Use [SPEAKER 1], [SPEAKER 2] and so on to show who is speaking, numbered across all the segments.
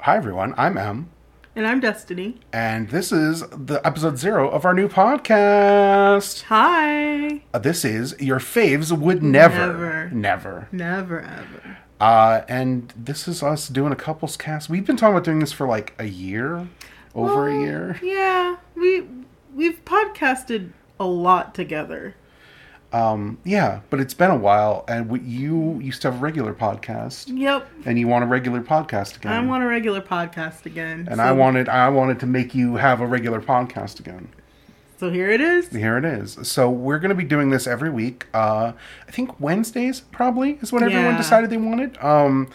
[SPEAKER 1] Hi, everyone. I'm Em,
[SPEAKER 2] And I'm Destiny.
[SPEAKER 1] and this is the episode zero of our new podcast.
[SPEAKER 2] Hi.
[SPEAKER 1] Uh, This is Your Faves Would Never.
[SPEAKER 2] Never.
[SPEAKER 1] Never.
[SPEAKER 2] Never ever.
[SPEAKER 1] Uh, and this is us doing a couples cast. We've been talking about doing this for like a year, over a
[SPEAKER 2] Well,
[SPEAKER 1] year.
[SPEAKER 2] Yeah, we we've podcasted a lot together.
[SPEAKER 1] Um, yeah, but it's been a while, and we, you used to have a regular podcast,
[SPEAKER 2] Yep.
[SPEAKER 1] and you want a regular podcast again.
[SPEAKER 2] I want a regular podcast again.
[SPEAKER 1] Um, and
[SPEAKER 2] so,
[SPEAKER 1] I wanted, I wanted to make you have a regular podcast again.
[SPEAKER 2] So here it is.
[SPEAKER 1] Here it is. So we're going to be doing this every week. Uh, I think Wednesdays probably is what everyone
[SPEAKER 2] Yeah.
[SPEAKER 1] decided they wanted. Um,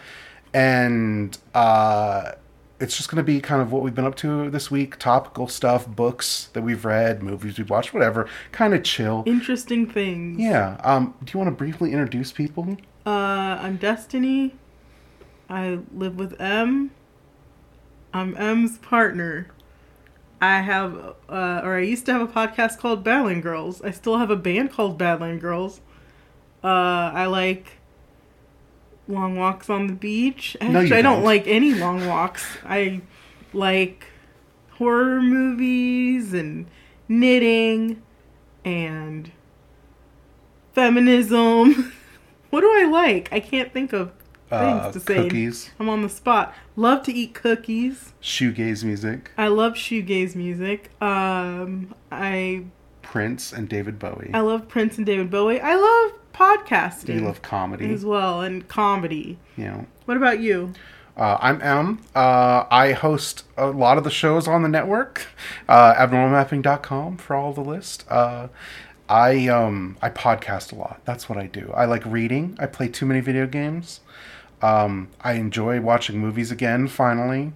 [SPEAKER 1] and uh, it's just going to be kind of what we've been up to this week: topical stuff, books that we've read, movies we've watched, whatever. Kind of chill.
[SPEAKER 2] Interesting things.
[SPEAKER 1] Yeah. Um, do you want to briefly introduce people?
[SPEAKER 2] Uh, I'm Destiny. I live with M. I'm M's partner. I have, uh, or I used to have a podcast called Badland Girls. I still have a band called Badland Girls. Uh, I like long walks on the beach. Actually,
[SPEAKER 1] No, you
[SPEAKER 2] I don't
[SPEAKER 1] don't.
[SPEAKER 2] like any long walks. I like horror movies and knitting and feminism. what do I like? I can't think of things
[SPEAKER 1] Uh,
[SPEAKER 2] to say.
[SPEAKER 1] cookies,
[SPEAKER 2] I'm on the spot. Love to eat cookies.
[SPEAKER 1] shoegaze music,
[SPEAKER 2] I love shoegaze music. Um, I
[SPEAKER 1] Prince, and David Bowie.
[SPEAKER 2] I love Prince and David Bowie. I love podcasting
[SPEAKER 1] They love comedy.
[SPEAKER 2] as well and comedy.
[SPEAKER 1] You know.
[SPEAKER 2] What about you?
[SPEAKER 1] Uh, I'm Em. Uh, I host a lot of the shows on the network, uh, abnormalmapping.com for all the list. Uh, I um, I podcast a lot. That's what I do. I like reading. I play too many video games. Um, I enjoy watching movies again. Finally,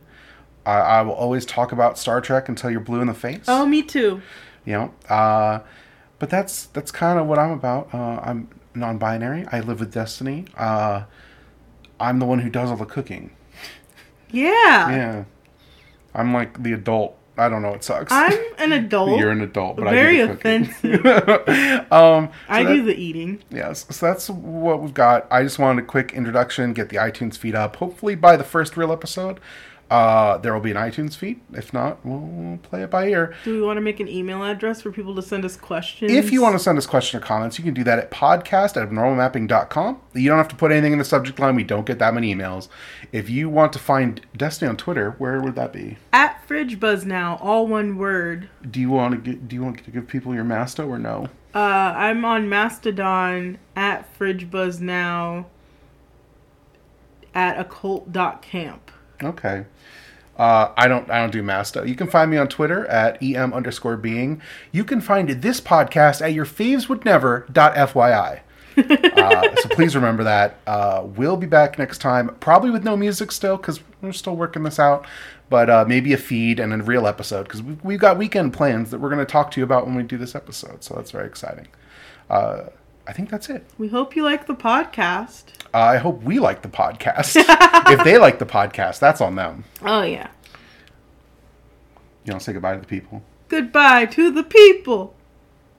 [SPEAKER 1] I, I will always talk about Star Trek until you're blue in the face.
[SPEAKER 2] Oh, me too.
[SPEAKER 1] You know, uh, but that's that's kind of what I'm about. Uh, I'm non-binary. I live with Destiny. Uh, I'm the one who does all the cooking.
[SPEAKER 2] Yeah.
[SPEAKER 1] Yeah. I'm like the adult. I don't know. It sucks.
[SPEAKER 2] I'm an adult.
[SPEAKER 1] You're an adult, but
[SPEAKER 2] Very
[SPEAKER 1] I do the cooking.
[SPEAKER 2] offensive.
[SPEAKER 1] um, so
[SPEAKER 2] I
[SPEAKER 1] that-
[SPEAKER 2] do the eating.
[SPEAKER 1] Yes, so that's what we've got. I just wanted a quick introduction, get the iTunes feed up. Hopefully, by the first real episode, uh, there will be an iTunes feed. If not, we'll play it by ear.
[SPEAKER 2] Do we want to make an email address for people to send us questions?
[SPEAKER 1] If you want to send us questions or comments, you can do that at podcast at abnormalmapping.com. You don't have to put anything in the subject line. We don't get that many emails. If you want to find Destiny on Twitter, where would that be?
[SPEAKER 2] At Fridge Buzz Now, all one word.
[SPEAKER 1] Do you want to get, do you want to give people your masto or no?
[SPEAKER 2] Uh, I'm on Mastodon at Fridge Buzz Now at occult.camp.
[SPEAKER 1] Okay. Uh, I don't. I don't do Masta. You can find me on Twitter at em underscore being. You can find this podcast at your faves would never dot fyi. uh, so please remember that. Uh, we'll be back next time, probably with no music still, because we're still working this out. But uh, maybe a feed and a real episode, because we've, we've got weekend plans that we're going to talk to you about when we do this episode. So that's very exciting. Uh, I think that's it.
[SPEAKER 2] We hope you like the podcast.
[SPEAKER 1] Uh, I hope we like the podcast. if they like the podcast, that's on them.
[SPEAKER 2] Oh, yeah.
[SPEAKER 1] You know, say goodbye to the people.
[SPEAKER 2] Goodbye to the people.